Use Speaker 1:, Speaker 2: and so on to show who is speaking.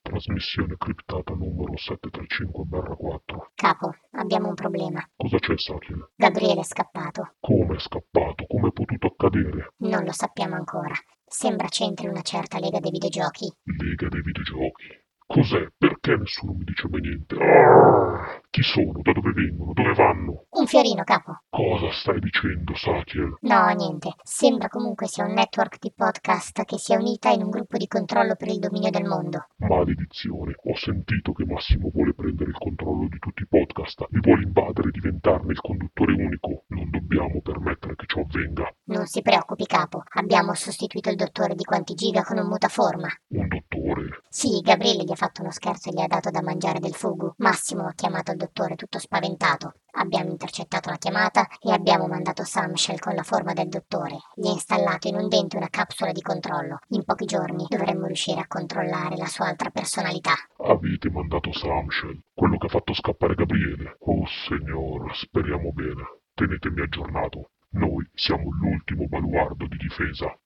Speaker 1: trasmissione criptata numero 735-4.
Speaker 2: Capo, abbiamo un problema.
Speaker 1: Cosa c'è, Sakin?
Speaker 2: Gabriele è scappato.
Speaker 1: Come è scappato? Come è potuto accadere?
Speaker 2: Non lo sappiamo ancora. Sembra c'entri una certa lega dei videogiochi.
Speaker 1: Lega dei videogiochi. Cos'è? Perché nessuno mi dice mai niente? Ah! Chi sono? Da dove vengono? Dove vanno?
Speaker 2: Un fiorino, capo.
Speaker 1: Cosa stai dicendo, Sakiel?
Speaker 2: No, niente. Sembra comunque sia un network di podcast che si è unita in un gruppo di controllo per il dominio del mondo.
Speaker 1: Maledizione, ho sentito che Massimo vuole prendere il controllo di tutti i podcast, li vuole invadere e diventarne il conduttore unico. Non dobbiamo permettere che ciò avvenga.
Speaker 2: Non si preoccupi, capo. Abbiamo sostituito il dottore di quanti giga con un mutaforma.
Speaker 1: Un dottore?
Speaker 2: Sì, Gabriele gli ha fatto uno scherzo e gli ha dato da mangiare del fugu. Massimo ha chiamato il dottore tutto spaventato. Abbiamo intercettato la chiamata e abbiamo mandato Samshell con la forma del dottore. Gli ha installato in un dente una capsula di controllo. In pochi giorni dovremmo riuscire a controllare la sua altra personalità.
Speaker 1: Avete mandato Samshell, quello che ha fatto scappare Gabriele. Oh signor, speriamo bene. Tenetemi aggiornato. Noi siamo l'ultimo baluardo di difesa.